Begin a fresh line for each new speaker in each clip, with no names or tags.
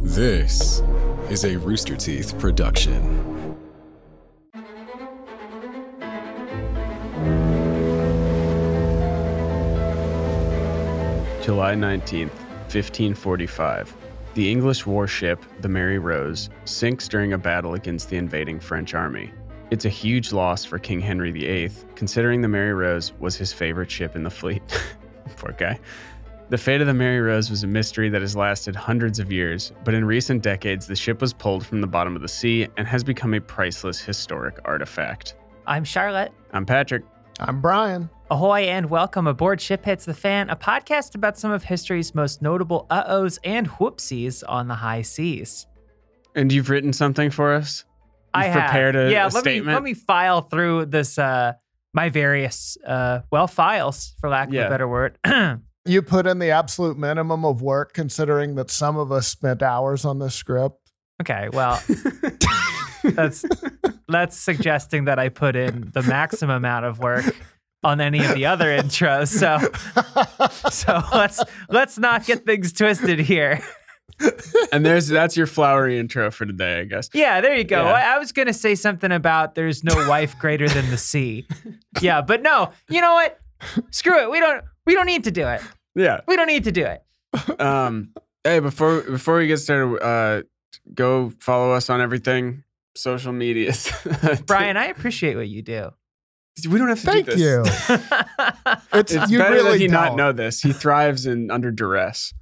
This is a Rooster Teeth production.
July 19th, 1545. The English warship, the Mary Rose, sinks during a battle against the invading French army. It's a huge loss for King Henry VIII, considering the Mary Rose was his favorite ship in the fleet. Poor guy. The fate of the Mary Rose was a mystery that has lasted hundreds of years, but in recent decades, the ship was pulled from the bottom of the sea and has become a priceless historic artifact.
I'm Charlotte.
I'm Patrick.
I'm Brian.
Ahoy and welcome aboard Ship Hits the Fan, a podcast about some of history's most notable uh ohs and whoopsies on the high seas.
And you've written something for us?
I
You've
have-
prepared a, a
yeah, let
statement?
Me, let me file through this, uh, my various, uh, well, files, for lack of
Yeah.
a better word.
You put in the absolute minimum of work considering that some of us spent hours on this script.
okay, well, that's, that's suggesting that I put in the maximum amount of work on any of the other intros. So, so let's, let's not get things twisted here.
and there's that's your flowery intro for today, I guess.
Yeah, there you go.
Yeah.
I, I was gonna say something about there's no wife greater than the sea. yeah, but no, you know what? Screw it. We don't we don't need to do it.
Yeah.
We don't need to do it.
Um. hey, before before we get started, uh, go follow us on everything social medias.
Brian, I appreciate what you do.
we don't have to.
Thank
do this.
you. It's,
It's
you
better
really
that he
don't.
not know this. He thrives in under duress.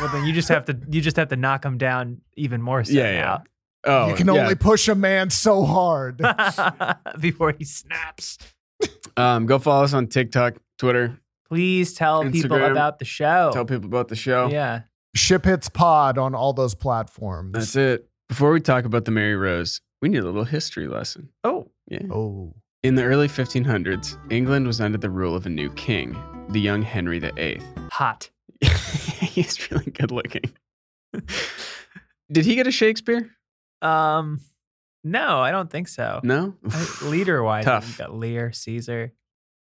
Well then you just have to you just have to knock him down even more so
Yeah, yeah. Oh,
you can
yeah.
only push a man so hard.
now. Before he snaps.
um, go follow us on TikTok, Twitter.
Please tell people
Instagram.
about the show.
Tell people about the show.
Oh. Yeah.
Ship hits pod on all those platforms.
That's it. Before we talk about the Mary Rose, we need a little history lesson.
Oh.
Yeah.
Oh,
In the early 1500s, England was under the rule of a new king, the young Henry VIII.
Hot.
He's really good looking. Did he get a Shakespeare?
Um no, I don't think so.
No.
Leader wise,
Tough.
you got Lear, Caesar.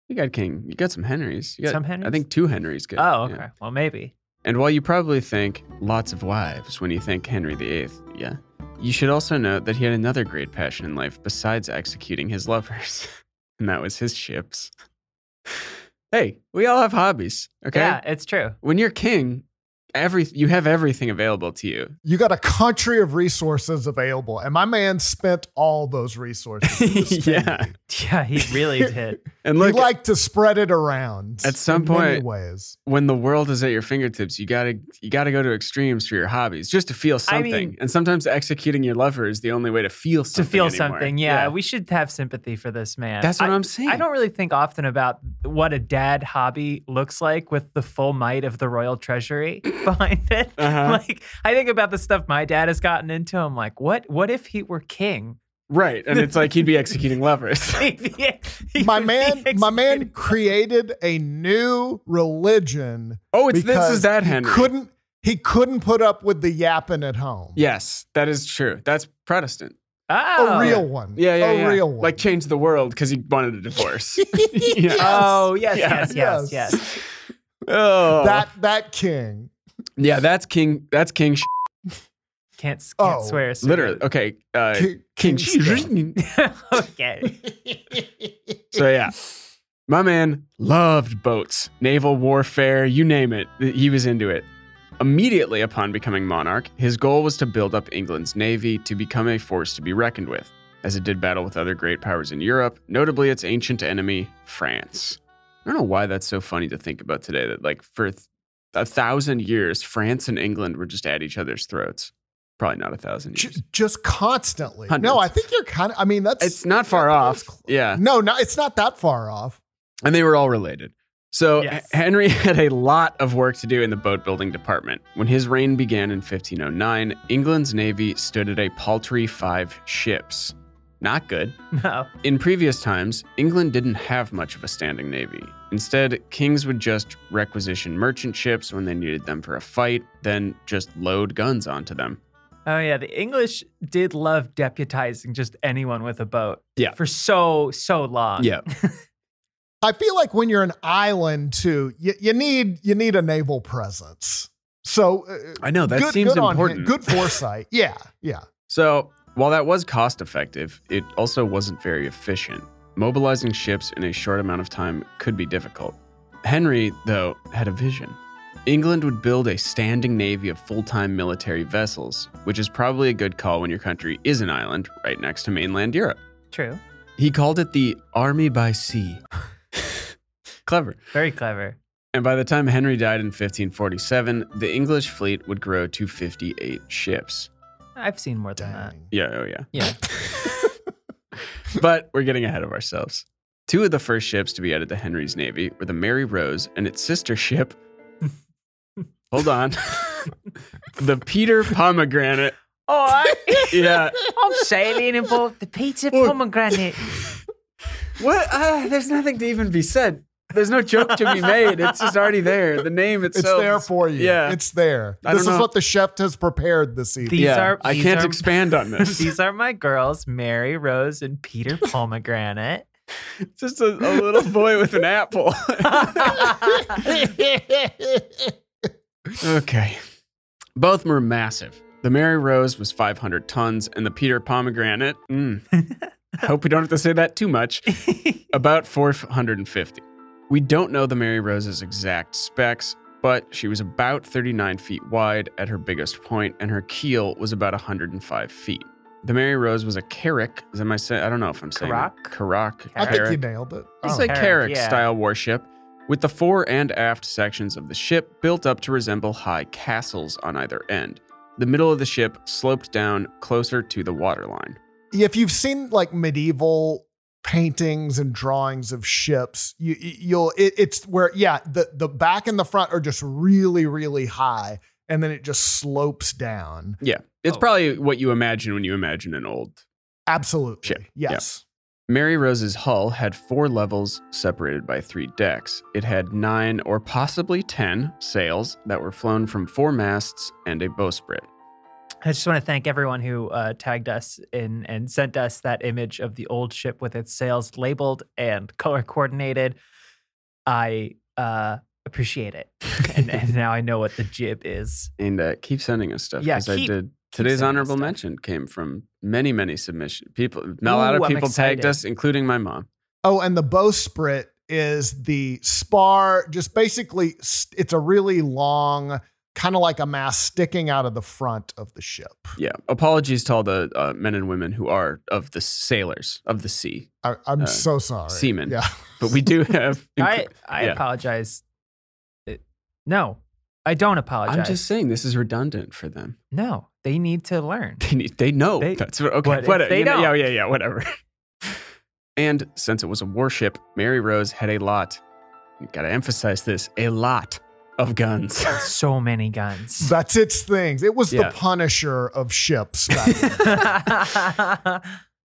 You got King. You got some Henrys. You got,
Some Henrys?
I think two Henrys. Good.
Oh,
yeah.
okay. Well maybe.
And while you probably think lots of wives when you think Henry VIII, yeah, you should also note that he had another great passion in life besides executing his lovers, and that was his ships. hey, we all have hobbies, okay?
Yeah, it's true.
When you're king, every you have everything available to you.
you got a country of resources available, and my man spent all those resources. He was
yeah.
spending.
Yeah, he really did.
And
he
look,
liked to spread it around
At some
in many
point-
ways.
when the world is at your fingertips, you gotta you gotta go to extremes for your hobbies just to feel
I
something.
mean-
and sometimes executing your lover is the only way to feel
to
something.
feel
anymore.
something. Yeah, we should have sympathy for this man.
that's what
I,
I, am saying.
I don't really think often about what a dad hobby looks like with the full might of the royal treasury behind it.
Uh-huh.
Like I think about the stuff my dad has gotten into. I'm like, what? What if he were king?
right, and it's like he'd be executing lovers.
He could be
My man, my man
executed.
created a new religion
Oh, it's this
because
is that
he
Henry.
Couldn't he couldn't put up with the yapping at home?
yes, that is true. That's Protestant.
Oh,
a real one.
Yeah, yeah,
a
yeah.
real one.
Like change the world because he wanted a divorce. yeah.
Oh yes,
Yeah.
yes, yes, yes.
Oh.
that that king.
yeah, that's king. That's king. Sh-
Can't can't
Oh.
swear. so-
literally. Okay. Uh, king.
King, king
sh-
stuff.
okay.
so yeah, my man loved boats, naval warfare, you name it. He was into it. Immediately upon becoming monarch, his goal was to build up England's navy to become a force to be reckoned with, as it did battle with other great powers in Europe, notably its ancient enemy, France. I don't know why that's so funny to think about today that, like, for th- a thousand years, France and England were just at each other's throats. Probably not a thousand
J-
years.
just constantly.
Hundreds.
No, I think you're kind of. I mean, that's
It's not far off. Yeah.
No, no, it's not that far off.
and they were all related. So
Yes.
H- Henry had a lot of work to do in the boat building department. When his reign began in 1509, England's navy stood at a paltry five ships. Not good.
No.
In previous times, England didn't have much of a standing navy. Instead, kings would just requisition merchant ships when they needed them for a fight, then just load guns onto them.
Oh yeah, the English did love deputizing just anyone with a boat.
Yeah.
For so so long.
Yeah.
I feel like when you're an island too, you, you need you need a naval presence. So uh,
I know that
good,
seems
good on him.
important.
good foresight. yeah, yeah.
So, while that was cost effective, it also wasn't very efficient. Mobilizing ships in a short amount of time could be difficult. Henry, though, had a vision. England would build a standing navy of full time military vessels, which is probably a good call when your country is an island right next to mainland Europe.
True.
He called it the Army by Sea. Clever.
Very clever.
And by the time Henry died in 1547, the English fleet would grow to 58 ships.
I've seen more than that.
Dang.
Yeah, oh yeah.
Yeah.
but we're getting ahead of ourselves. Two of the first ships to be added to Henry's Navy were the Mary Rose and its sister ship. Hold on. the Peter Pomegranate.
All right.
Yeah.
Oh, I'm sailing aboard the Peter Pomegranate.
What? Uh, there's nothing to even be said. There's no joke to be made. It's just already there. The name
It's
itself.
there for you.
yeah.
It's there.
I
This is
don't know.
what the chef has prepared this evening.
These
yeah.
are-
I
these
can't
are-
expand on this.
These are my girls, Mary Rose and Peter Pomegranate.
just a, a little boy with an apple. Okay. Both were massive. The Mary Rose was 500 tons, and the Peter Pomegranate, mm, hope we don't have to say that too much, about 450. We don't know the Mary Rose's exact specs, but she was about 39 feet wide at her biggest point, and her keel was about 105 feet. The Mary Rose was a carrack. Is that my say? I don't know if I'm saying that. Carrack.
I think
carrack.
you nailed it.
It's
Oh.
a
Carrack,
carrack
yeah.
style warship, with the fore and aft sections of the ship built up to resemble high castles on either end. The middle of the ship sloped down closer to the waterline.
if you've seen like medieval paintings and drawings of ships you you- you'll it, it's where yeah the the back and the front are just really really high and then it just slopes down
Yeah, it's
Oh.
probably what you imagine when you imagine an old.
absolutely
Ship.
yes
Mary Rose's hull had four levels separated by three decks. It had nine or possibly ten sails that were flown from four masts and a bowsprit.
I just want to thank everyone who uh, tagged us in and sent us that image of the old ship with its sails labeled and color coordinated. I uh, appreciate it, and, and now I know what the jib is.
and uh, keep sending us stuff.
Yeah,
'cause I
keep-
did. Today's
sending us
honorable
stuff.
mention came from many, many submission people. A lot
Ooh,
of
I'm
people tagged
excited.
us, including my mom.
oh and the bowsprit is the spar just basically s- it's a really long kind of like a mast sticking out of the front of the ship
Yeah, apologies to all the uh, men and women who are of the sailors of the sea,
I, i'm
Uh,
so sorry
seamen.
yeah
but we do have.
I I
yeah.
apologize. It- no, I don't apologize.
I'm just saying this is redundant for them.
no. They need to learn.
They need, they know.
They-
That's what, okay.
but if
whatever,
they
you know,
don't-
Yeah, yeah, yeah. Whatever. and since it was a warship, Mary Rose had a lot. You gotta emphasize this: a lot of guns.
So many guns.
that's its things it was
Yeah.
the punisher of ships back then.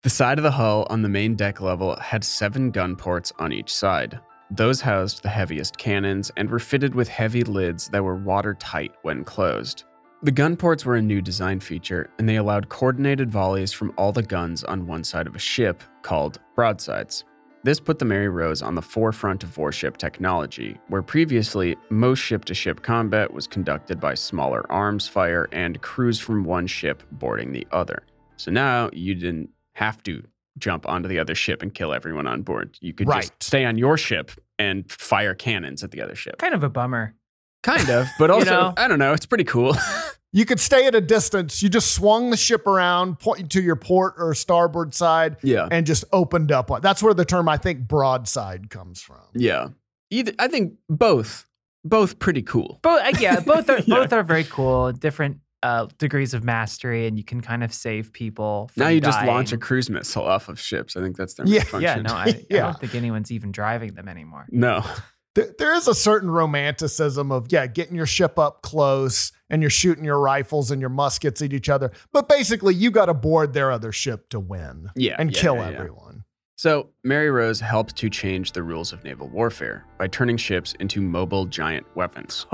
The side of the hull on the main deck level had seven gun ports on each side. Those housed the heaviest cannons and were fitted with heavy lids that were watertight when closed. The gun ports were a new design feature, and they allowed coordinated volleys from all the guns on one side of a ship called broadsides. This put the Mary Rose on the forefront of warship technology, where previously most ship to ship combat was conducted by smaller arms fire and crews from one ship boarding the other. So now you didn't have to jump onto the other ship and kill everyone on board. You could
Right.
just stay on your ship and fire cannons at the other ship.
kind of a bummer.
Kind of, but also,
know?
I don't know, it's pretty cool.
You could stay at a distance. You just swung the ship around, point to your port or starboard side,
yeah.
and just opened up. That's where the term I think broadside comes from.
Yeah. Either I think both both pretty cool.
Both, uh, yeah, both are
Yeah.
both are very cool. Different uh, degrees of mastery, and you can kind of save people. From
Now you just
dying.
launch a cruise missile off of ships. I think that's their
Yeah.
main function.
Yeah, no, I, I
Yeah.
don't think anyone's even driving them anymore.
No.
There- there is a certain romanticism of yeah, getting your ship up close and you're shooting your rifles and your muskets at each other. But basically, you got to board their other ship to win
Yeah.
and
yeah,
kill
yeah, yeah.
everyone.
So, Mary Rose helped to change the rules of naval warfare by turning ships into mobile giant weapons.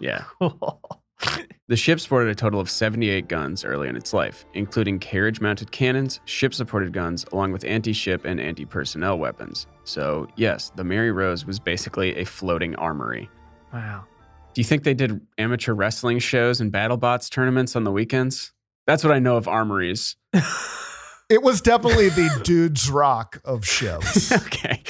Yeah.
Cool.
The ship sported a total of 78 guns early in its life, including carriage mounted cannons, ship supported guns, along with anti ship and anti personnel weapons. So, yes, the Mary Rose was basically a floating armory.
Wow.
Do you think they did amateur wrestling shows and BattleBots tournaments on the weekends? That's what I know of armories.
It was definitely the dude's rock of ships.
okay.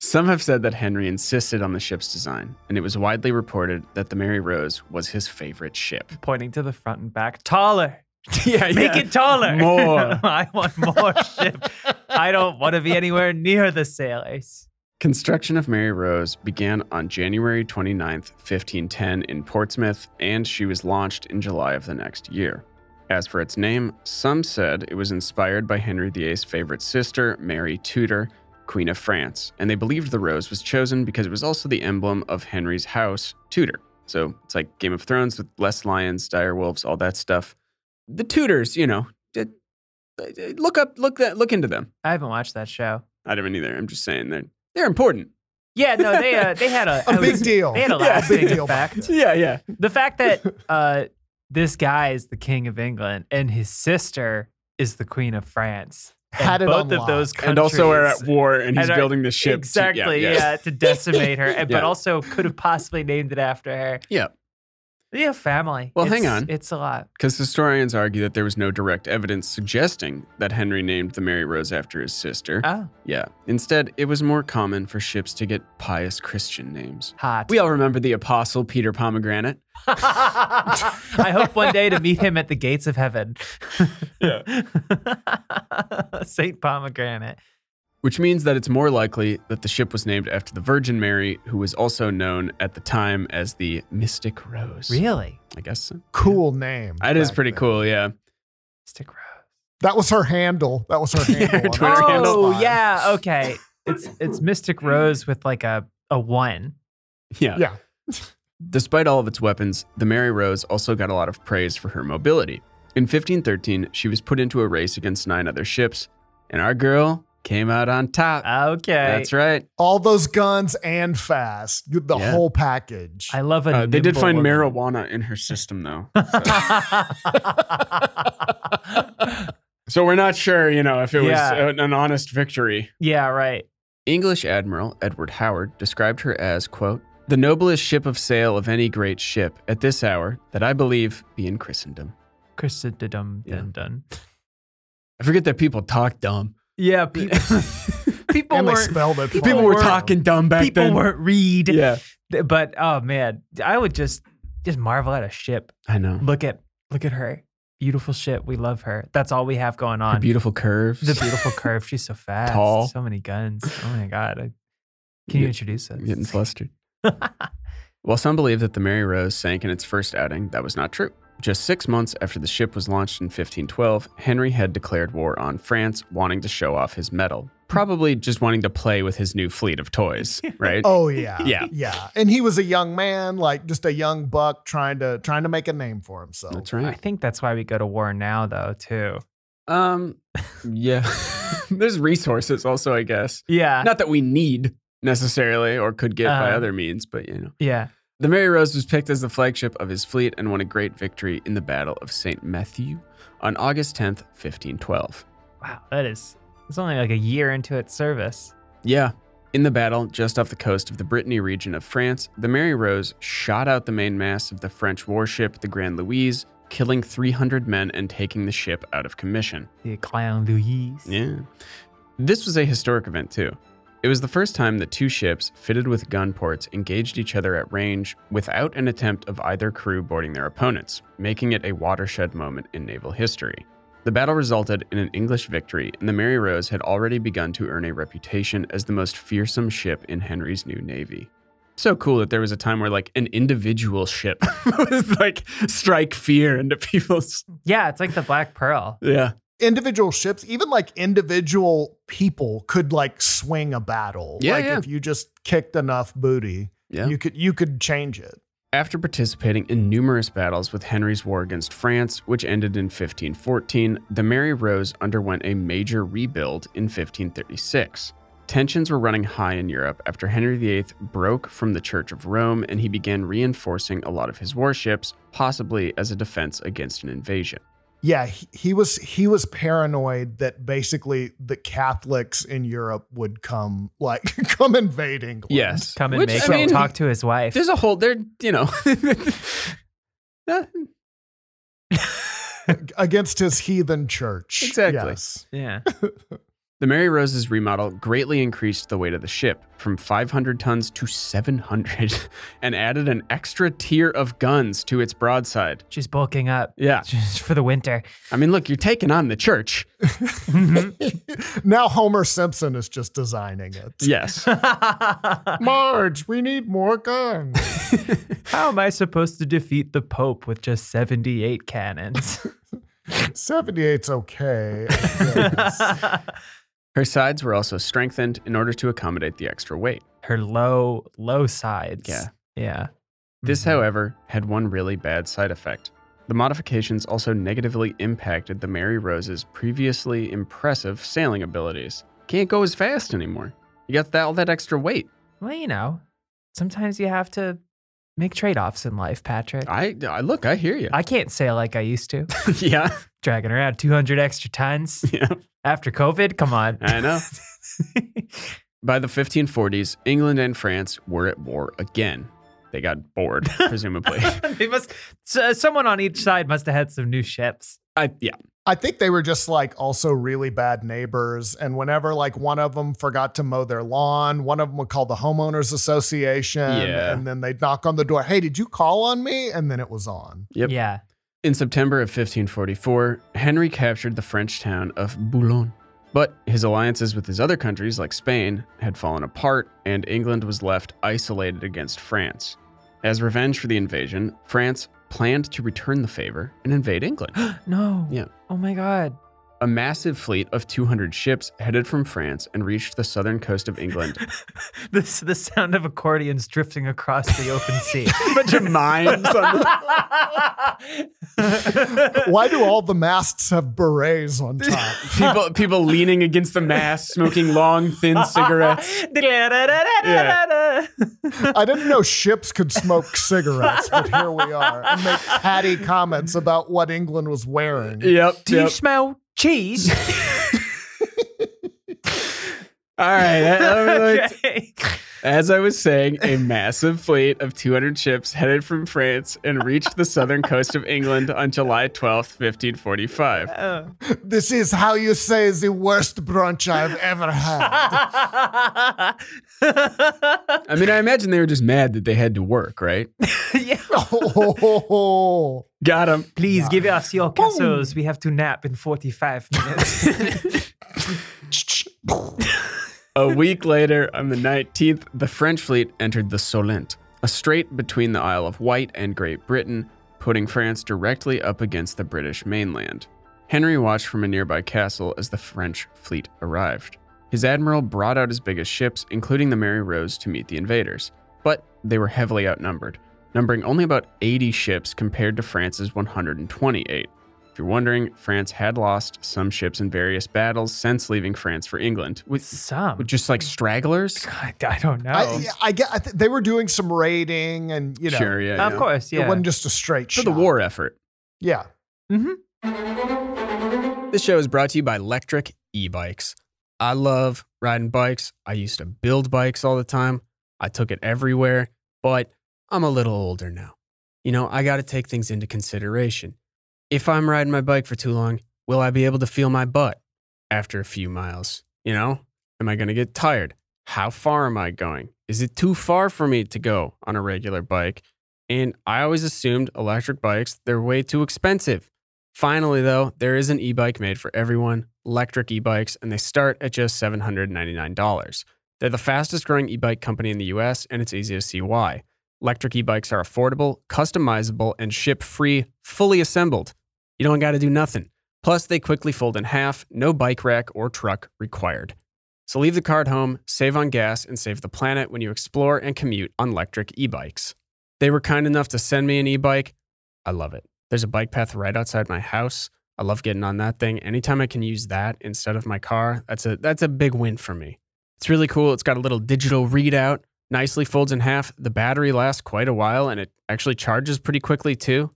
Some have said that Henry insisted on the ship's design, and it was widely reported that the Mary Rose was his favorite ship.
Pointing to the front and back. Taller.
yeah,
Make it taller.
More.
I want more ship. I don't want to be anywhere near the sailors.
Construction of Mary Rose began on January 29, 1510, in Portsmouth, and she was launched in July of the next year. As for its name, some said it was inspired by Henry VIII's favorite sister, Mary Tudor, Queen of France, and they believed the rose was chosen because it was also the emblem of Henry's house, Tudor. So it's like Game of Thrones with less lions, dire wolves, all that stuff. The Tudors, you know, d- d- d- look up, look that, look into them.
I haven't watched that show.
I don't either. I'm just saying they're they're important.
Yeah, no, they uh, they had a,
A
it
big
was-
deal.
They had a
Yeah, a
lasting
big deal.
effect.
Yeah, yeah.
The fact that uh, this guy is the king of England and his sister is the queen of France. and
Had it
both
on
of
lock.
those countries
and also are at war and he's
And are-
building this ship to-
Exactly, yeah,
yeah
to decimate her, and, but
Yeah.
also could have possibly named it after her.
yeah
Yeah, family.
Well,
It's-
hang on.
It's a lot.
because historians argue that there was no direct evidence suggesting that henry named the mary rose after his sister
Oh,
yeah instead it was more common for ships to get pious christian names
hot.
we all remember the apostle peter pomegranate
I hope one day to meet him at the gates of heaven.
Yeah.
Saint Pomegranate.
which means that it's more likely that the ship was named after the virgin mary who was also known at the time as the mystic rose
Really?
i guess so.
cool name.
that is
back
pretty
then.
cool yeah
Stick Rose.
That was her handle. That was her
Yeah,
handle.
her
on
Twitter
Xbox
handle.
Oh
Live.
yeah, okay. It's it's Mystic Rose with like a a one.
yeah
Yeah.
Despite all of its weapons, the Mary Rose also got a lot of praise for her mobility. In 1513, she was put into a race against nine other ships, and our girl came out on top.
Okay,
That's right.
All those guns and fast. The
Yeah.
whole package.
I love it.
Uh, they did find marijuana in her system, though. so we're not sure, you know, if it was
Yeah.
an, an honest victory.
yeah, right.
English Admiral Edward Howard described her as, quote, the noblest ship of sail of any great ship at this hour that I believe be in Christendom.
Krista dum
Yeah.
dun dun.
I forget that people talk dumb.
Yeah, people, people
and they
weren't
spelled it.
people
People
funny.
were
weren't-
talking dumb back
people
then.
weren't read.
yeah.
Th- But oh man, I would just just marvel at a ship.
I know.
Look at look at her. Beautiful ship. We love her. That's all we have going
Her
on.
beautiful curves.
the beautiful curve. She's so fast.
Tall.
So many guns. Oh my god. I, can
Yeah.
you introduce us?
I'm getting flustered. While some believe that the Mary Rose sank in its first outing, that was not true. Just six months after the ship was launched in 1512, Henry had declared war on France, wanting to show off his metal. Probably just wanting to play with his new fleet of toys, right?
Oh yeah.
Yeah.
Yeah. And he was a young man, like just a young buck trying to trying to make a name for himself.
That's
I
right.
think that's why we go to war now, though, too.
Um, yeah. There's resources also, I guess.
Yeah.
Not that we need necessarily or could get by
Uh-huh.
other means, but you know.
Yeah.
The Mary Rose was picked as the flagship of his fleet and won a great victory in the Battle of St. Matthew on August 10th, 1512.
Wow. That is, it's only like a year into its service.
Yeah, in the battle just off the coast of the Brittany region of France, the Mary Rose shot out the mainmast of the French warship, the Grand Louise, killing 300 men and taking the ship out of commission.
The Clown Louise.
Yeah. This was a historic event, too. It was the first time that two ships, fitted with gun ports, engaged each other at range without an attempt of either crew boarding their opponents, making it a watershed moment in naval history. The battle resulted in an English victory, and the Mary Rose had already begun to earn a reputation as the most fearsome ship in Henry's new navy. So cool that there was a time where, like, an individual ship was like strike fear into people's.
Yeah. It's like the Black Pearl.
Yeah.
individual ships, even like individual people could like swing a battle.
Yeah,
like
yeah.
if you just kicked enough booty,
Yeah.
you could you could change it.
After participating in numerous battles with Henry's war against France, which ended in 1514, the Mary Rose underwent a major rebuild in 1536. Tensions were running high in Europe after Henry VIII broke from the Church of Rome and he began reinforcing a lot of his warships, possibly as a defense against an invasion.
Yeah, he, he was he was paranoid that basically the Catholics in Europe would come like come invade England.
Yes.
Come and
Which,
make
I
him
mean,
talk to his wife.
There's a whole there, you know. Uh,
against his heathen church.
Exactly.
Yes.
yeah.
the Mary Rose's remodel greatly increased the weight of the ship from 500 tons to 700 and added an extra tier of guns to its broadside.
She's bulking up
Yeah.
just for the winter.
I mean, look, you're taking on the church.
Mm-hmm.
now Homer Simpson is just designing it.
Yes.
How
Marge, we need more guns.
am I supposed to defeat the Pope with just 78 cannons?
78's okay. Yes.
Her sides were also strengthened in order to accommodate the extra weight.
Her low, low sides.
Yeah.
Yeah.
This, however, had one really bad side effect. The modifications also negatively impacted the Mary Rose's previously impressive sailing abilities. Can't go as fast anymore. You got that, all that extra weight.
Well, you know, sometimes you have to make trade offs in life, Patrick.
I, I look, I hear you.
I can't sail like I used to.
yeah,
Dragging around 200 extra tons
yeah,
after COVID. Come on.
I know. By the 1540s, England and France were at war again. They got bored, presumably.
they must. So, someone on each side must have had some new ships.
I, yeah,
I think they were just like also really bad neighbors. And whenever like one of them forgot to mow their lawn, one of them would call the homeowners association.
Yeah.
And then they'd knock on the door, hey, did you call on me? And then it was on.
Yep.
Yeah.
In September of 1544, Henry captured the French town of Boulogne. But his alliances with his other countries, like Spain, had fallen apart, and England was left isolated against France. As revenge for the invasion, France planned to return the favor and invade England.
No.
Yeah.
Oh my God.
A massive fleet of 200 ships headed from France and reached the southern coast of England.
This the sound of accordions drifting across the open sea.
Bunch of mines.
Why do all the masts have berets on top?
people, people leaning against the mast, smoking long, thin cigarettes.
yeah.
I didn't know ships could smoke cigarettes, but here we are and make catty comments about what England was wearing.
Yep.
Do you smell cheese?
All right. that- that was like-
okay.
As I was saying, a massive fleet of 200 ships headed from France and reached the southern coast of England on July 12th, 1545.
Oh.
This is how you say the worst brunch I've ever had.
I mean, I imagine they were just mad that they had to work, right?
Yeah.
Oh,
Got them.
Please give us your castles. We have to nap in 45 minutes.
A week later, on the 19th, the French fleet entered the Solent, a strait between the Isle of Wight and Great Britain, putting France directly up against the British mainland. Henry watched from a nearby castle as the French fleet arrived. His admiral brought out his biggest ships, including the Mary Rose, to meet the invaders, but they were heavily outnumbered, numbering only about 80 ships compared to France's 128. If you're wondering, France had lost some ships in various battles since leaving France for England, with
Some.
just like stragglers.
I, I don't know.
I, yeah, I get. I th- they were doing some raiding, and you know,
sure, yeah,
of
yeah.
course, yeah.
it wasn't just a straight
For
shot.
the war effort.
Yeah,
This show is brought to you by Electric E Bikes. I love riding bikes. I used to build bikes all the time, I took it everywhere, but I'm a little older now. You know, I got to take things into consideration. If I'm riding my bike for too long, will I be able to feel my butt after a few miles? You know, am I going to get tired? How far am I going? Is it too far for me to go on a regular bike? And I always assumed electric bikes, they're way too expensive. Finally, though, there is an e bike made for everyone electric e bikes, and they start at just $799. They're the fastest growing e bike company in the US, and it's easy to see why. Electric e bikes are affordable, customizable, and ship free, fully assembled. You don't got to do nothing. Plus, they quickly fold in half, no bike rack or truck required. So leave the car at home, save on gas, and save the planet when you explore and commute on electric e bikes. They were kind enough to send me an e bike. I love it. There's a bike path right outside my house. I love getting on that thing. Anytime I can use that instead of my car, that's a that's a big win for me. It's really cool. It's got a little digital readout, nicely folds in half. The battery lasts quite a while and it actually charges pretty quickly too.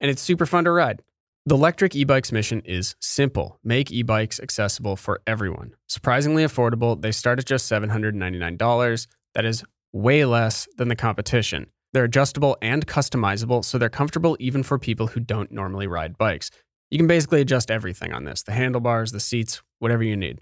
And it's super fun to ride. The Electric E Bikes mission is simple make e bikes accessible for everyone. Surprisingly affordable, they start at just $799. That is way less than the competition. They're adjustable and customizable, so they're comfortable even for people who don't normally ride bikes. You can basically adjust everything on this the handlebars, the seats, whatever you need.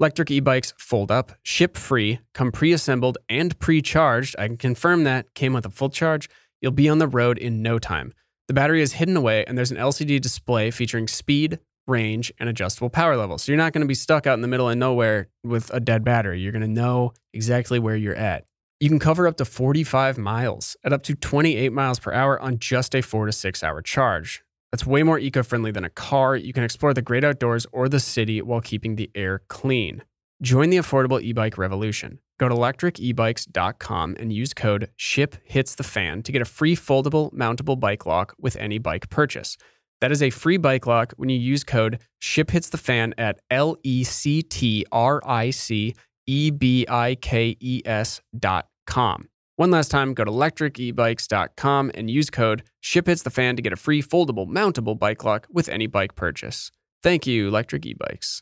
Electric e bikes fold up, ship free, come pre assembled and pre charged. I can confirm that came with a full charge. You'll be on the road in no time. The battery is hidden away, and there's an LCD display featuring speed, range, and adjustable power level. So you're not going to be stuck out in the middle of nowhere with a dead battery. You're going to know exactly where you're at. You can cover up to 45 miles at up to 28 miles per hour on just a four to six hour charge. That's way more eco friendly than a car. You can explore the great outdoors or the city while keeping the air clean. Join the affordable e bike revolution. Go to e electricebikes.com and use code SHIPHITSTHEFAN to get a free foldable mountable bike lock with any bike purchase. That is a free bike lock when you use code SHIPHITSTHEFAN at L E C T R I C E B I K E S dot com. One last time, go to e electricebikes.com and use code SHIPHITSTHEFAN to get a free foldable mountable bike lock with any bike purchase. Thank you, Electric E-Bikes.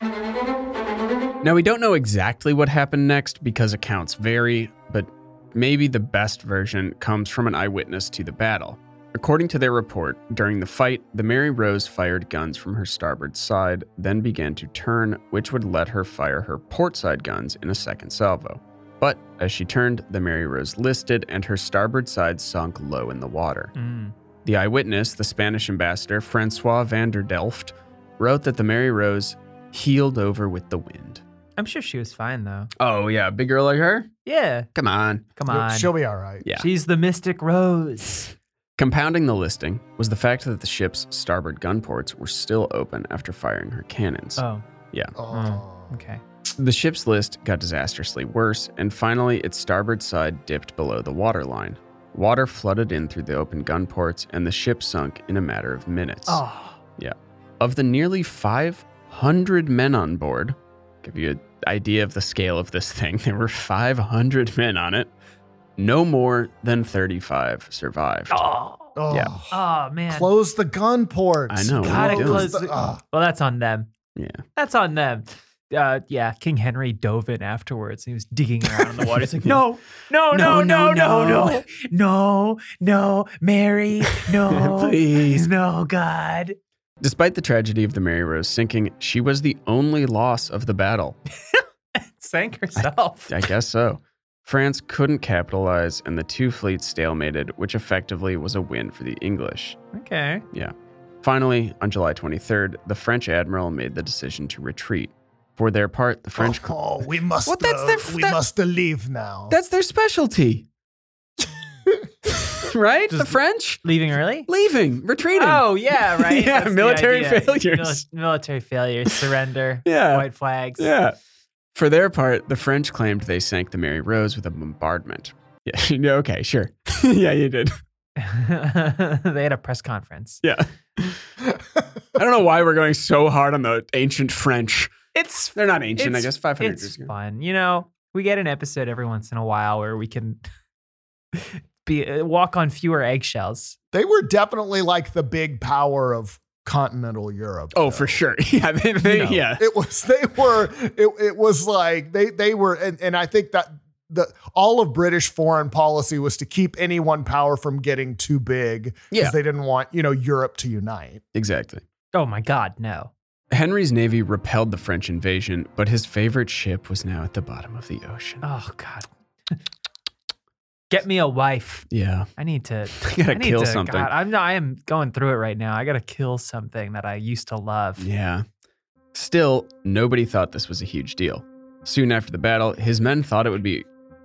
Now, we don't know exactly what happened next because accounts vary, but maybe the best version comes from an eyewitness to the battle. According to their report, during the fight, the Mary Rose fired guns from her starboard side, then began to turn, which would let her fire her port side guns in a second salvo. But as she turned, the Mary Rose listed and her starboard side sunk low in the water.
Mm.
The eyewitness, the Spanish ambassador Francois van der Delft, wrote that the Mary Rose heeled over with the wind.
I'm sure she was fine though.
Oh, yeah. a Big girl like her?
Yeah.
Come on.
Come on.
She'll be all right.
Yeah.
She's the Mystic Rose.
Compounding the listing was the fact that the ship's starboard gun ports were still open after firing her cannons.
Oh,
Oh.
Mm,
okay.
The ship's list got disastrously worse, and finally, its starboard side dipped below the waterline. Water flooded in through the open gun ports, and the ship sunk in a matter of minutes.
Oh,
Of the nearly 500 men on board, give you an idea of the scale of this thing, there were 500 men on it. No more than 35 survived.
oh,
Oh.
Yeah.
oh man.
Close the gun ports.
I know, what
Gotta
are you doing?
close
the-
the-
ah.
Well, that's on them.
Yeah.
That's on them. Uh, yeah, King Henry dove in afterwards. He was digging around in the water. He's like, no, no, no, no, no, no, no, no, Mary, no,
Please.
no, God.
Despite the tragedy of the Mary Rose sinking, she was the only loss of the battle.
Sank herself.
I guess so. France couldn't capitalize, and the two fleets stalemated, which effectively was a win for the English.
Okay.
Finally, on July 23rd, the French admiral made the decision to retreat. For their part, the French.
Oh, we must.
What, that's
uh,
their-
we
that-
must leave now.
That's their specialty. right? the
Just-
French?
Leaving early?
Leaving, retreating.
Oh, yeah, right.
Yeah,
That's the
military
idea.
failures.
Mil- military failures, surrender,
yeah.
white flags.
Yeah. For their part, the French claimed they sank the Mary Rose with a bombardment. Yeah. yeah, okay, sure. yeah, you did.
they had a press conference.
Yeah. I don't know why we're going so hard on the ancient French.
It's
They're not ancient, I
It's-
guess, 500 years
it's
ago.
fun. You know, we get an episode every once in a while where we can be uh, walk on fewer eggshells.
They were definitely like the big power of continental Europe.
Oh,
though.
for sure. Yeah, they, they,
You know.
yeah.
It was they were it, it was like they they were and, and I think that the all of British foreign policy was to keep any one power from getting too big because
Yeah.
they didn't want, you know, Europe to unite.
Exactly.
Oh my God, no.
Henry's navy repelled the French invasion, but his favorite ship was now at the bottom of the ocean.
Oh God. Get me a wife.
Yeah.
I need to.
I gotta
I need
kill
to,
something.
God, I'm not, I am going through it right now. I gotta kill something that I used to love.
Yeah. Still, nobody thought this was a huge deal. Soon after the battle, his men thought it would be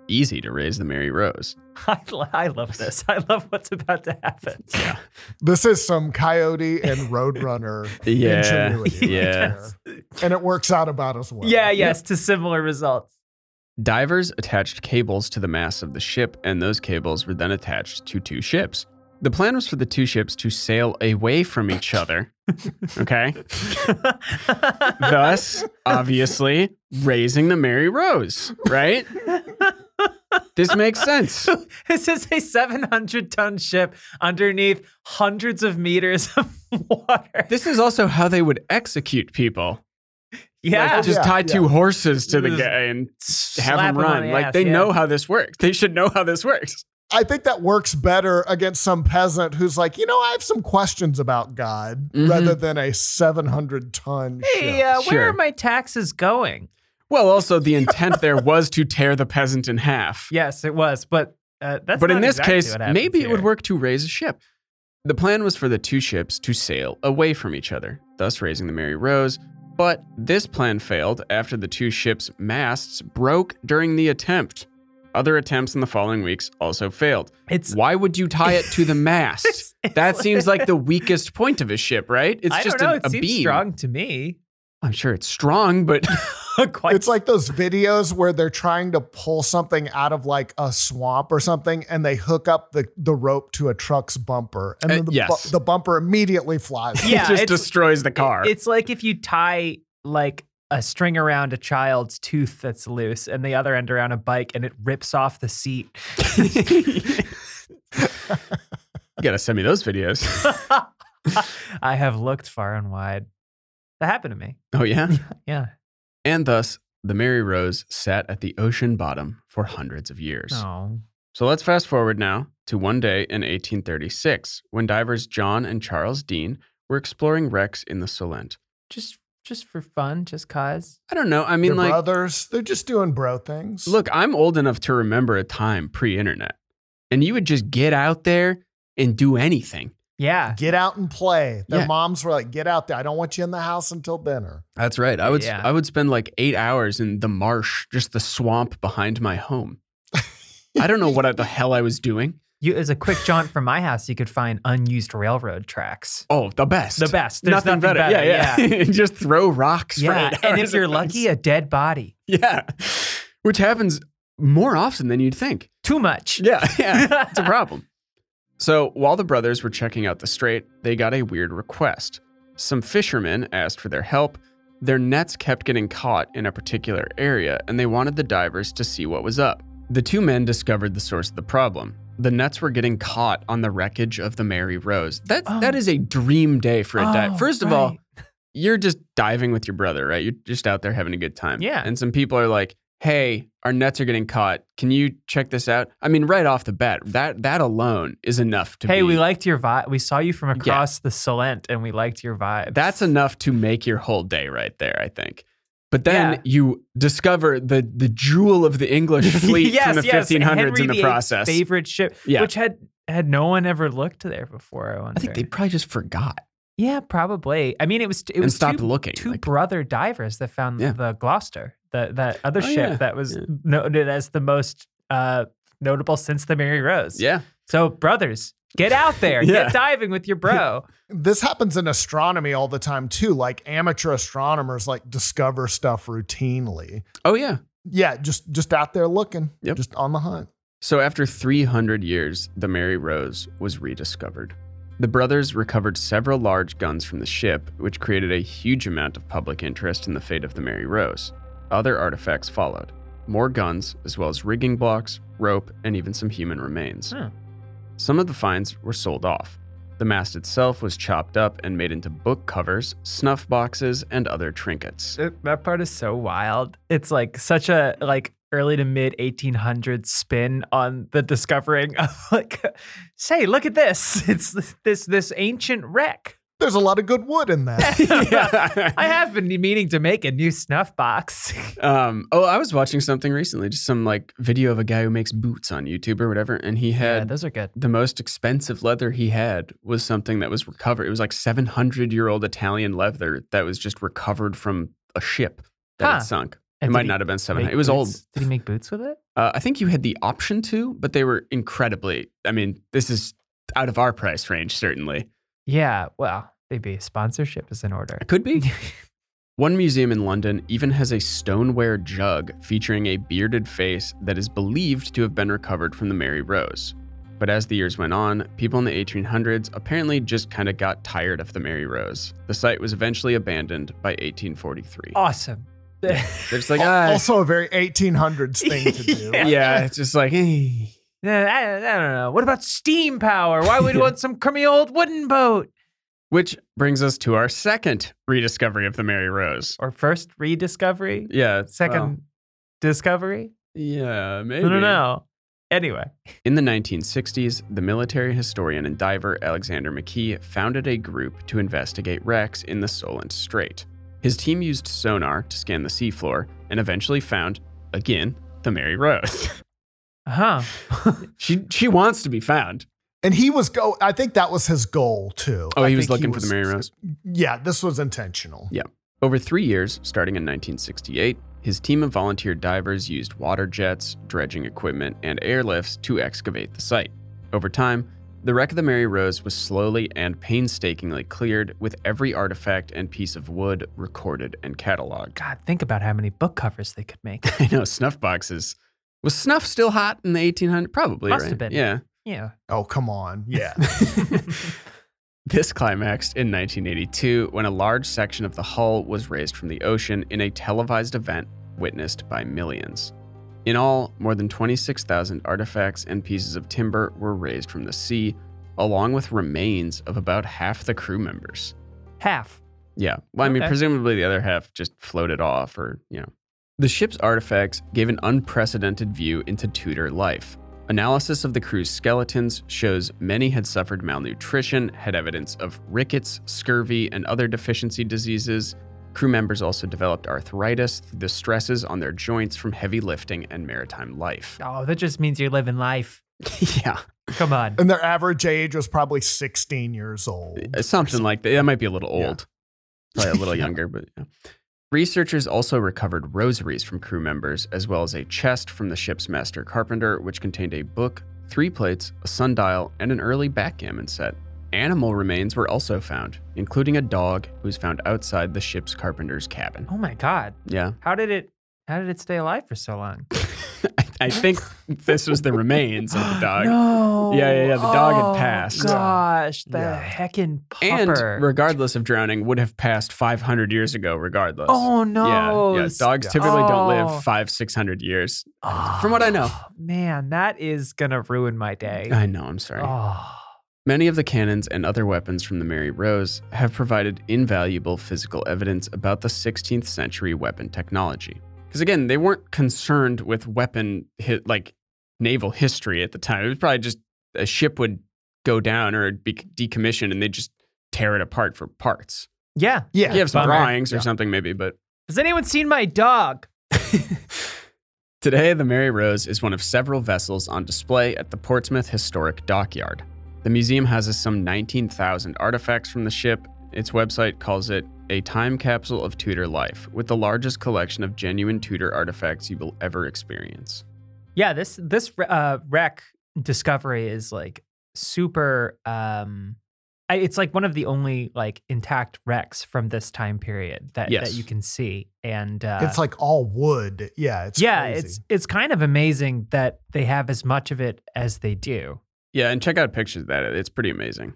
easy to raise the Mary Rose.
I, lo- I love this. I love what's about to happen.
Yeah.
This is some coyote and roadrunner
Yeah.
ingenuity.
Yeah.
Right there. And it works out about as well.
Yeah, yes, to similar results.
Divers attached cables to the mass of the ship, and those cables were then attached to two ships. The plan was for the two ships to sail away from each other. Okay. Thus, obviously, raising the Mary Rose, right? This makes sense.
This is a 700 ton ship underneath hundreds of meters of water.
This is also how they would execute people.
Yeah.
Like, just
Yeah,
tie
yeah.
two horses to the
Just
guy and have
slap
him
him on
run.
the
like
ass,
they
yeah.
know how this works. They should know how this works.
I think that works better against some peasant who's like, you know, I have some questions about God
Mhm.
rather than a 700 ton ship.
Mm-hmm. Hey, uh, where
Sure.
are my taxes going?
Well, also the intent there was to tear the peasant in half.
Yes, it was, but uh, that's.
but in
not
this
exactly
case,
what happens
maybe it would
here.
work to raise a ship. The plan was for the two ships to sail away from each other, thus raising the Mary Rose. But this plan failed after the two ships' masts broke during the attempt. Other attempts in the following weeks also failed.
It's
Why would you tie it to the mast?
It's- it's
that
like-
seems like the weakest point of a ship, right? It's
I
just
don't know.
a,
it
a
seems
beam.
strong to me.
I'm sure it's strong, but
Quite
It's like those videos where they're trying to pull something out of like a swamp or something, and they hook up the, the rope to a truck's bumper, and
Uh,
then the, bu-
yes.
the bumper immediately flies.
Yeah,
it just
it's-
destroys the car.
It's like if you tie like a string around a child's tooth that's loose and the other end around a bike and it rips off the seat.
you gotta send me those videos.
I have looked far and wide. That happened to me.
oh yeah.
Yeah.
And thus, the Mary Rose sat at the ocean bottom for hundreds of years.
Oh.
So let's fast forward now to one day in 1836 when divers John and Charles Dean were exploring wrecks in the Solent.
Just just for fun, just cause.
I don't know. I
Your
mean, like,
brothers, they're just doing bro things.
look, I'm old enough to remember a time pre internet, and you would just get out there and do anything.
Yeah.
get out and play. Their
Yeah.
moms were like, get out there. I don't want you in the house until dinner.
That's right. I would
Yeah.
I would spend like 8 hours in the marsh, just the swamp behind my home. I don't know what the hell I was doing.
You as a quick jaunt from my house, you could find unused railroad tracks.
Oh, the best.
The best. There's nothing, better.
Yeah, yeah. just throw rocks. for
Yeah,
eight
and
hours
if you're
at once.
lucky, a dead body.
yeah, which happens more often than you'd think.
Too much.
Yeah, yeah, it's a problem. So while the brothers were checking out the strait, they got a weird request. Some fishermen asked for their help. Their nets kept getting caught in a particular area, and they wanted the divers to see what was up. The two men discovered the source of the problem. The nets were getting caught on the wreckage of the Mary Rose. That
Oh.
that is a dream day for a dive.
Oh,
First of all,
right.
you're just diving with your brother, right? You're just out there having a good time.
Yeah.
And some people are like, "Hey, our nets are getting caught. Can you check this out?" I mean, right off the bat, that that alone is enough to
hey,
be,
we liked your vibe. We saw you from across the Solent, and we liked your vibe.
that's enough to make your whole day right there, I think. But then
Yeah.
you discover the the jewel of the English fleet
yes,
from the
yes,
1500s
Henry
in the
VIII's
process.
Favorite ship,
Yeah.
which had had no one ever looked there before. I wonder.
I think they probably just forgot
yeah, probably. I mean, it was it
and
was
stopped
two,
looking.
two
Like,
brother divers that found
Yeah.
the Gloucester, the that other
Oh,
ship
yeah,
that was
yeah.
noted as the most uh, notable since the Mary Rose.
yeah,
So brothers, get out there,
Yeah.
get diving with your bro.
This happens in astronomy all the time too. Like amateur astronomers like discover stuff routinely.
oh yeah.
Yeah, just just out there looking,
Yep.
just on the hunt.
So, after 300 years, the Mary Rose was rediscovered. The brothers recovered several large guns from the ship, which created a huge amount of public interest in the fate of the Mary Rose. Other artifacts followed more guns, as well as rigging blocks, rope, and even some human remains.
Hmm.
Some of the finds were sold off. The mast itself was chopped up and made into book covers, snuff boxes, and other trinkets.
That- that part is so wild. It's like such a like early to mid 1800s spin on the discovering of like, say, look at this. It's this this ancient wreck.
There's a lot of good wood in that.
I have been meaning to make a new snuff box.
Um, oh, I was watching something recently, just some like video of a guy who makes boots on YouTube or whatever, and he
yeah,
had
those are good.
the most expensive leather he had was something that was recovered. It was like 700 year old Italian leather that was just recovered from a ship that
Huh.
had sunk. it
And did
might
he
not have been
make
700. It was old.
boots? Did he make boots with it?
Uh, I think you had the option to, but they were incredibly, I mean, this is out of our price range, certainly.
Yeah. Well, maybe sponsorship is in order.
It could be. One museum in London even has a stoneware jug featuring a bearded face that is believed to have been recovered from the Mary Rose. But as the years went on, people in the 1800s apparently just kind of
Oh.
got tired of the Mary Rose. The site was eventually abandoned by 1843.
Awesome.
They're just like,
Al-
ah,
also a very 1800s thing to do.
Yeah.
yeah, it's just like, hey.
Yeah, I, I don't know. What about steam power? Why would we want some crummy old wooden boat?
Which brings us to our second rediscovery of the Mary Rose.
Or first rediscovery?
Yeah.
Second
well,
discovery?
yeah,
I
maybe.
don't know. Anyway,
In the 1960s, the military historian and diver Alexander McKee founded a group to investigate wrecks in the Solent Strait. His team used sonar to scan the seafloor and eventually found, again, the Mary Rose.
huh?
she she wants to be found.
And he was go. I think that was his goal too.
Oh,
I
he was
think
looking for the Mary Rose.
Yeah, this was intentional.
Over three years, starting in 1968, his team of volunteer divers used water jets, dredging equipment, and airlifts to excavate the site. Over time, the wreck of the Mary Rose was slowly and painstakingly cleared, with every artifact and piece of wood recorded and cataloged.
God, think about how many book covers they could make.
I know snuff boxes. Was snuff still hot in the 1800s? Probably.
Must
right?
have been.
Yeah.
Yeah.
Oh, come on. Yeah.
This climaxed in 1982 when a large section of the hull was raised from the ocean in a televised event witnessed by millions. In all, more than 26,000 artifacts and pieces of timber were raised from the sea, along with remains of about half the crew members.
Half.
Yeah. Well, I mean,
Okay.
presumably the other half just floated off or, you know. The ship's artifacts gave an unprecedented view into Tudor life. Analysis of the crew's skeletons shows many had suffered malnutrition, had evidence of rickets, scurvy, and other deficiency diseases. Crew members also developed arthritis through the stresses on their joints from heavy lifting and maritime life.
Oh, that just means you're living life.
yeah.
Come on.
and their average age was probably 16 years old.
Uh, something like that. That might be a little
Yeah.
old, probably a little younger, but yeah. Researchers also recovered rosaries from crew members, as well as a chest from the ship's master carpenter, which contained a book, three plates, a sundial, and an early backgammon set. Animal remains were also found, including a dog who was found outside the ship's carpenter's cabin.
Oh my God.
Yeah,
How did it? How did it stay alive for so long?
I, I think this was the remains of the dog.
No.
Yeah, yeah, yeah, the dog had
Oh,
passed.
Gosh, the
Yeah.
heckin'
And
pupper.
regardless of drowning, would have passed 500 years ago, regardless.
oh no.
Yeah, yeah.
s-
Dogs typically don't
Oh.
live five, six hundred years. From what I know.
Oh, Man, that is gonna ruin my day.
I know, I'm sorry.
Oh.
Many of the cannons and other weapons from the Mary Rose have provided invaluable physical evidence about the 16th century weapon technology. Because again, they weren't concerned with weapon hit like naval history at the time. It was probably just a ship would go down or it'd be decommissioned and they just tear it apart for parts.
Yeah.
Yeah.
You have some
bummer.
drawings or
Yeah.
something maybe, but
Has anyone seen my dog?
Today, the Mary Rose is one of several vessels on display at the Portsmouth Historic Dockyard. The museum houses some 19,000 artifacts from the ship. Its website calls it a time capsule of Tudor life, with the largest collection of genuine Tudor artifacts you will ever experience.
Yeah, this this uh, wreck discovery is like super. Um, I, it's like one of the only like intact wrecks from this time period that
Yes.
that you can see, and uh,
It's like all wood. Yeah. It's
yeah,
crazy.
it's it's kind of amazing that they have as much of it as they do.
Yeah, and check out pictures of that. It's pretty amazing.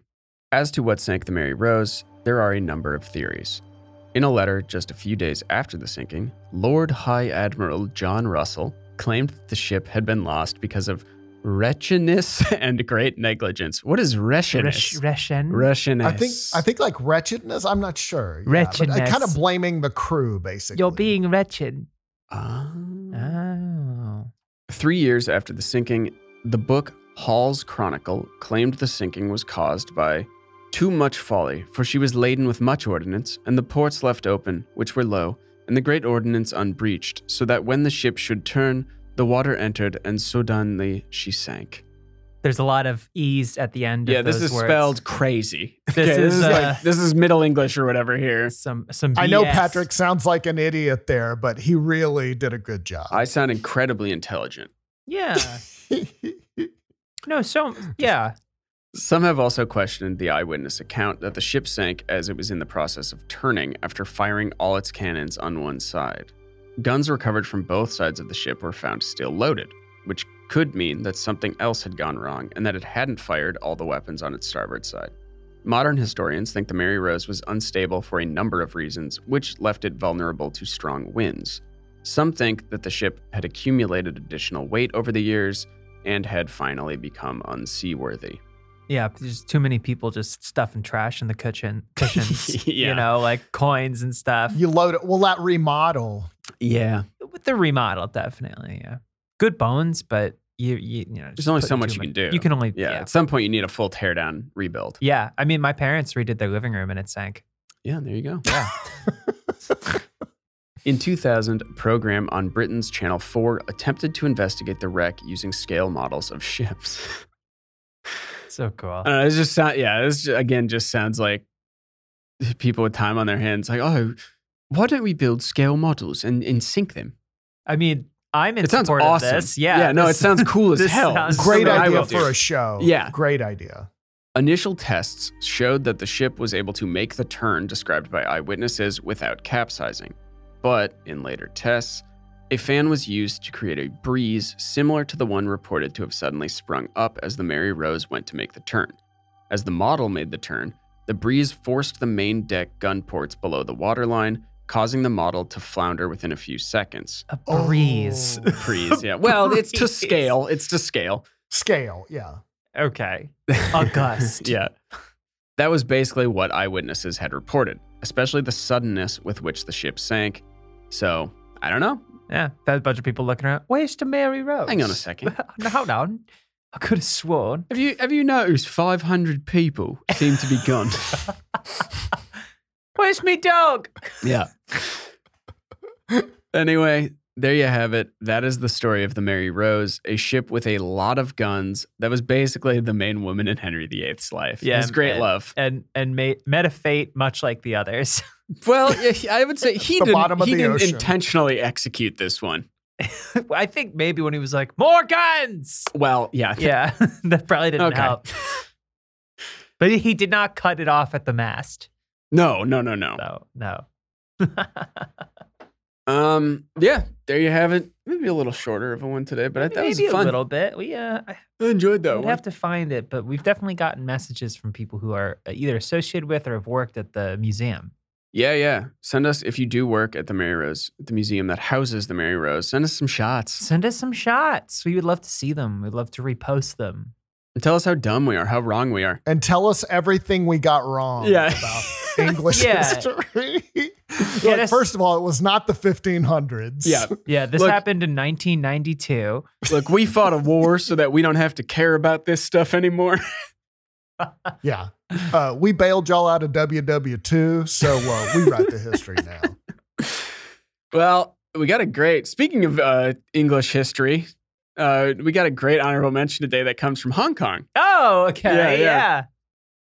As to what sank the Mary Rose, there are a number of theories. In a letter just a few days after the sinking, Lord High Admiral John Russell claimed that the ship had been lost because of wretchedness and great negligence. What is wretchedness?
Russian.
Wretchedness.
I think I think like wretchedness. I'm not sure.
Wretchedness.
kind of blaming the crew basically.
You're being wretched.
Ah. Mm-hmm.
Oh.
Three years after the sinking, the book Hall's Chronicle claimed the sinking was caused by too much folly, for she was laden with much ordnance, and the ports left open, which were low, and the great ordnance unbreached, so that when the ship should turn, the water entered, and suddenly she sank.
There's a lot of E's at the end.
Yeah,
of
this
those
is
words.
spelled crazy.
This is, uh,
like this is Middle English or whatever here.
some some.
I know
BS.
Patrick sounds like an idiot there, but he really did a good job.
I sound incredibly intelligent.
Yeah. No. So yeah.
Some have also questioned the eyewitness account that the ship sank as it was in the process of turning after firing all its cannons on one side. Guns recovered from both sides of the ship were found still loaded, which could mean that something else had gone wrong and that it hadn't fired all the weapons on its starboard side. Modern historians think the Mary Rose was unstable for a number of reasons, which left it vulnerable to strong winds. Some think that the ship had accumulated additional weight over the years and had finally become unseaworthy.
Yeah, there's too many people just stuffing trash in the kitchen cushions.
Yeah.
You know, like coins and stuff.
You load it. Well, that remodel.
Yeah.
With the remodel, definitely. Yeah. Good bones, but you you, you know.
There's only
put
so
too
much you can do.
You can only
Yeah.
yeah.
At some point, you need a full teardown rebuild.
Yeah, I mean, my parents redid their living room and it sank.
Yeah, there you go. Yeah. In 2000, a program on Britain's Channel 4 attempted to investigate the wreck using scale models of ships.
So cool.
I don't know, it just sound, yeah, this ju- again just sounds like people with time on their hands like, "Oh, why don't we build scale models and, and sync them?"
I mean, I'm in
it sounds
support
awesome.
of this. Yeah.
yeah, no, it
this-
sounds cool as
this
hell.
sounds
Something
Great
Something
I
idea
will
for
do.
a show.
Yeah.
Great idea.
Initial tests showed that the ship was able to make the turn described by eyewitnesses without capsizing. But in later tests, a fan was used to create a breeze similar to the one reported to have suddenly sprung up as the Mary Rose went to make the turn. As the model made the turn, the breeze forced the main deck gun ports below the waterline, causing the model to flounder within a few seconds.
a breeze.
Oh.
Breeze, yeah. Well, it's to
Breeze.
scale. It's to scale.
Scale. Yeah.
Okay. A gust.
yeah. That was basically what eyewitnesses had reported, especially the suddenness with which the ship sank. So, I don't know.
Yeah. That bunch of people looking around. Where's the Mary Rose?
Hang on a second.
no, hold on. I could have sworn.
Have you have you noticed 500 people seem to be gone?
Where's me dog?
yeah. anyway, there you have it. That is the story of the Mary Rose, a ship with a lot of guns that was basically the main woman in Henry VIII's life.
Yeah,
His great
and-
love.
And and ma- met a fate much like the others.
Well, yeah, I would say he
The
didn't,
bottom of
he
the
didn't
ocean.
intentionally execute this one.
I think maybe when he was like, more guns.
Well, yeah,
Yeah. that probably didn't
Okay.
help. But he did not cut it off at the mast.
No, no, no, no.
So, no.
Um, yeah, there you have it. Maybe a little shorter of a one today, but I thought it was
Maybe
fun.
a little bit. We uh, I
I enjoyed that
would
one.
have to find it, but we've definitely gotten messages from people who are uh, either associated with or have worked at the museum.
yeah, yeah. Send us if you do work at the Mary Rose, the museum that houses the Mary Rose. Send us some shots
Send us some shots. We would love to see them. We'd love to repost them.
and tell us how dumb we are, how wrong we are.
And tell us everything we got wrong
Yeah.
about English
Yeah.
history.
Get
Like,
us-
first of all, it was not the 1500s.
Yeah,
Yeah, this
Look-
happened in 1992.
look, we fought a war so that we don't have to care about this stuff anymore.
Yeah. Uh, we bailed y'all out of WW2, so uh, we write the history now.
well, we got a great. Speaking of uh, English history, uh, we got a great honorable mention today that comes from Hong Kong.
Oh, okay.
Yeah,
Yeah.
yeah.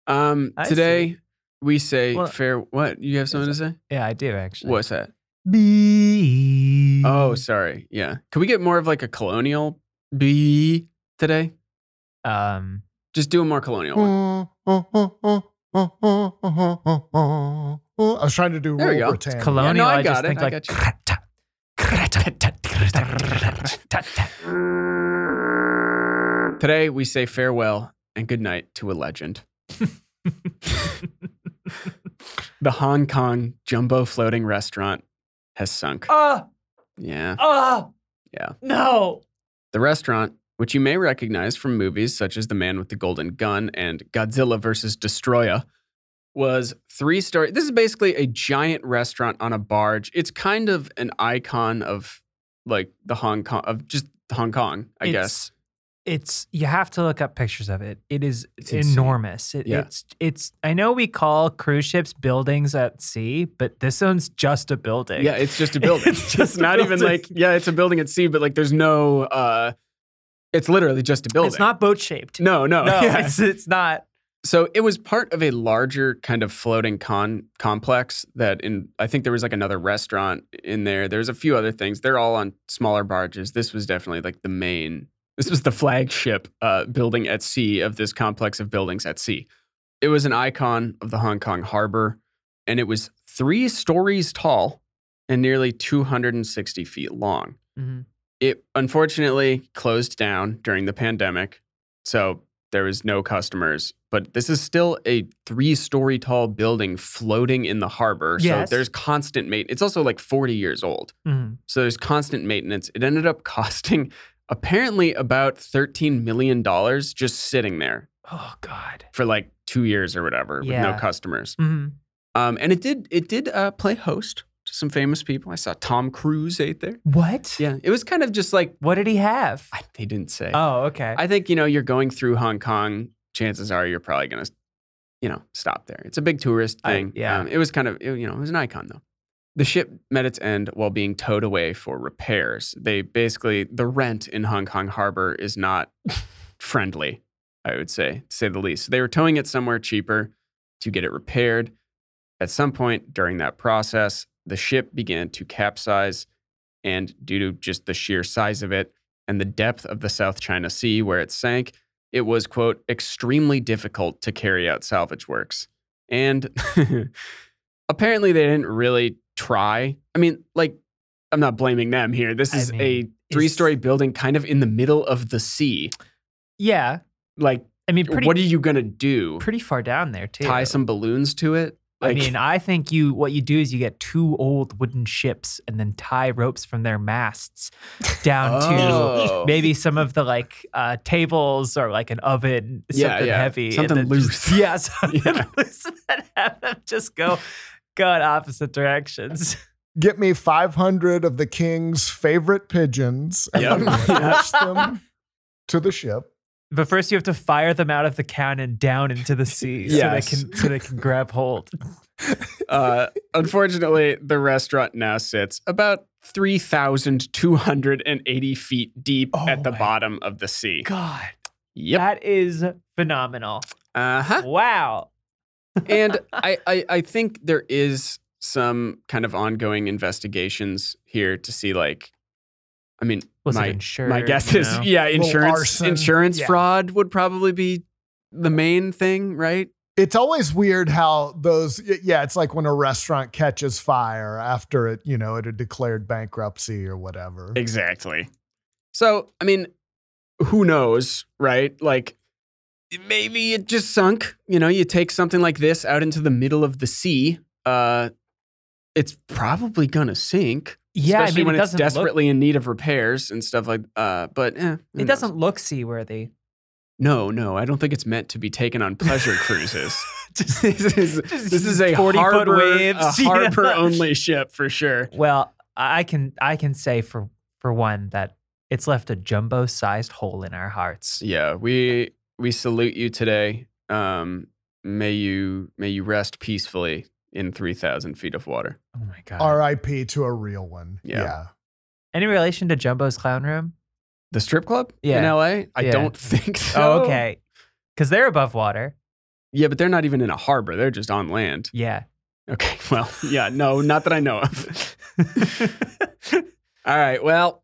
Yeah,
Um,
I see.
today we say
Well-
fair. What you have something to say?
I do actually.
What's that?
Bee.
Oh, sorry. Yeah. Could we get more of like a colonial B E today?
Um,
Just do a more colonial one.
I was trying to do
There we
Rule
go.
Britannia.
colonial.
I
I, just
got it.
think
I
like. Mm.
Today we say farewell and good night to a legend. the Hong Kong jumbo floating restaurant has sunk.
Oh,
Yeah.
oh,
Yeah.
no.
The restaurant, which you may recognize from movies such as The Man with the Golden Gun and Godzilla vs. Destroyer, was three story. This is basically a giant restaurant on a barge. It's kind of an icon of like the Hong Kong, of just Hong Kong, I
It's-
guess.
It's you have to look up pictures of it. It is
It's insane.
enormous. It,
Yeah.
It's it's. I know we call cruise ships buildings at sea, but this one's just a building.
Yeah, it's just a building.
It's just a
not even
building.
like, yeah, it's a building at sea, but like there's no, uh, it's literally just a building.
it's not boat shaped.
No, no.
no,
yeah.
it's it's not.
So it was part of a larger kind of floating con complex that in I think there was like another restaurant in there. There's a few other things. They're all on smaller barges. This was definitely like the main this was the flagship uh, building at sea of this complex of buildings at sea. It was an icon of the Hong Kong harbor, and it was three stories tall and nearly 260 feet long
Mhm.
it unfortunately closed down during the pandemic. So There was no customers, but this is still a three-story tall building floating in the harbor.
Yes.
So there's constant mate. It's also like 40 years old,
Mhm.
so there's constant maintenance. It ended up costing apparently about 13 million dollars just sitting there
Oh God.
for like two years or whatever with no
Yeah.
customers.
hmm
Um, and it did it did uh, play host to some famous people. I saw Tom Cruise ate there.
What?
Yeah, it was kind of just like
What did he have?
I, they didn't say.
Oh, okay.
I think you know you're going through Hong Kong. Chances are you're probably gonna, you know, stop there. It's a big tourist
I-
thing.
yeah.
Um, it was kind of it- you know it was an icon though. The ship met its end while being towed away for repairs. They basically the rent in Hong Kong harbor is not friendly, I would say, to say the least. They were towing it somewhere cheaper to get it repaired. At some point during that process, the ship began to capsize, and due to just the sheer size of it, and the depth of the South China Sea where it sank, it was, quote, extremely difficult to carry out salvage works. And apparently they didn't really try. I mean, like, I'm not blaming them here. This
I
is
mean,
a three story building kind of in the middle of the sea.
yeah.
Like,
I mean, pretty
what are you going to do?
pretty far down there too.
Tie some balloons to it? Like,
I mean, I think you what you do is you get two old wooden ships and then tie ropes from their masts down
Oh.
to maybe some of the like uh, tables or like an oven,
Yeah,
something
yeah.
heavy, and
Something
then just-
loose.
yeah, something
Yeah.
loose, and then have them just go go in opposite directions.
Get me 500 of the king's favorite pigeons and
Yep.
attach them to the ship.
But first, you have to fire them out of the cannon down into the sea,
Yes.
so they can so they can grab hold.
Uh, unfortunately, the restaurant now sits about 3,280 feet deep
Oh
at the
my
bottom of the sea.
God,
Yep.
that is phenomenal!
Uh huh.
Wow.
and I, I, I think there is some kind of ongoing investigations here to see, like, I mean,
Was
my,
it insured?
my guess
you
is,
know?
yeah, insurance
arson.
insurance
Yeah.
fraud would probably be the main thing, right?
It's always weird how those, y- yeah, it's like when a restaurant catches fire after it, you know, it had declared bankruptcy or whatever.
Exactly. So, I mean, who knows, right? Like, maybe it just sunk. You know, you take something like this out into the middle of the sea. Uh, it's probably gonna sink,
yeah. I
especially
mean,
when
it
it's
doesn't look
desperately in need of repairs and stuff like. Uh, but eh, who
It
knows?
doesn't look seaworthy.
No, no, I don't think it's meant to be taken on pleasure cruises. this is this is a
40 foot
harbor, a
waves, you know?
harbor only ship for sure.
Well, I can I can say for for one that it's left a jumbo sized hole in our hearts.
Yeah, we we salute you today. Um, may you may you rest peacefully in three thousand feet of water.
Oh my god.
RIP to a real one.
Yeah.
yeah.
Any relation to Jumbo's clown room?
The strip club in
Yeah.
L.A. I
Yeah.
don't think so.
Oh, okay. Because they're above water.
Yeah, but they're not even in a harbor. They're just on land.
Yeah.
Okay. Well, yeah. No, not that I know of. All right. Well,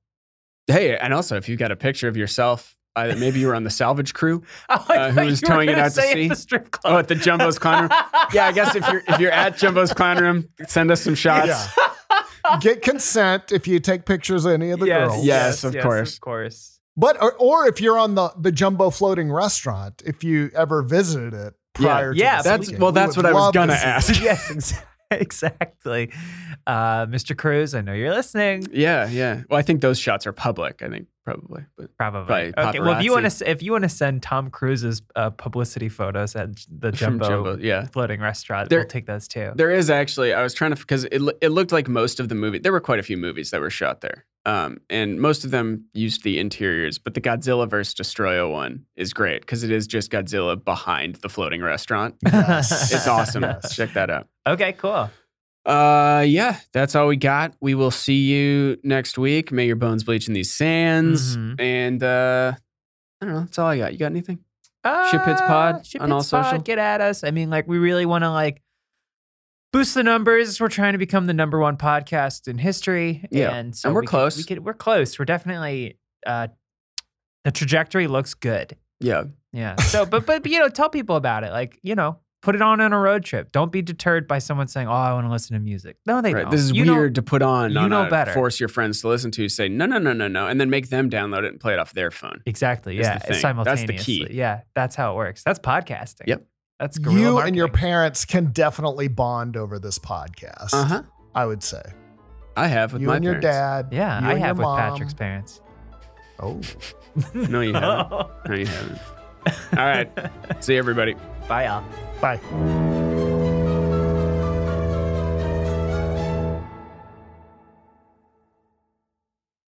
hey, and also if you got a picture of yourself, uh, maybe you were on the salvage crew.
Oh, I
Uh, who
thought
was
you were
towing it
gonna
out to
say at
sea?
The strip club.
Oh, at the Jumbo's Clown Room. Yeah, I guess if you're if you're at Jumbo's Clown Room, send us some shots.
Yeah. Get consent if you take pictures of any of the
yes,
girls.
Yeah. Yes, of course.
Of course.
But or, or if you're on the the jumbo floating restaurant, if you ever visited it
Yeah.
prior to
Yeah,
this
That's
weekend,
well.
we
That's
would
what I was
love to
gonna
see-
ask.
yes, ex- exactly. Uh, Mr. Cruz, I know you're listening.
Yeah, yeah. Well, I think those shots are public. I think probably, but
Probably.
Probably
okay. Well, if you want
paparazzi.
to, if you want to send Tom Cruise's uh, publicity photos at the
from
Jumbo,
Jumbo, yeah.
floating restaurant,
There-
we'll take those too.
There is actually. I was trying to because it lo- it looked like most of the movie. There were quite a few movies that were shot there, um, and most of them used the interiors. But the Godzilla vs. Destroyer one is great because it is just Godzilla behind the floating restaurant.
Yes.
It's awesome.
Yes.
Check that out.
Okay, cool.
Uh, yeah, that's all we got. We will see you next week. May your bones bleach in these sands.
Mhm.
And uh, I don't know. That's all I got. You got anything? Ship Hits Pod
Uh, Ship
on all
Hits Pod,
social?
Get at us. I mean, like, we really want to like boost the numbers. We're trying to become the number one podcast in history.
Yeah.
and so
And we're
we could-
close.
we could, we're close. We're definitely. Uh, the trajectory looks good.
Yeah.
Yeah. So, but but but, you know, tell people about it. Like you know, Put it on on a road trip. Don't be deterred by someone saying, "Oh, I want to listen to music." No, they
Right.
don't.
This is
You don't-
weird to put on.
you
on
know
a-
better.
Force your friends to listen to. Say no, no, no, no, no, and then make them download it and play it off their phone.
Exactly.
is the
Yeah.
thing. That's the
Simultaneously.
key.
Yeah. That's how it works. That's podcasting.
Yep.
That's guerrilla
You and your
marketing.
parents can definitely bond over this podcast.
Uh
Uh-huh.
huh.
I would say
I have with
you
my
and your
parents.
dad.
Yeah,
you
I
and
have
your
with
mom.
Patrick's parents.
Oh.
No, you haven't. No, you haven't. All right. See you, everybody.
Bye, y'all.
Bye.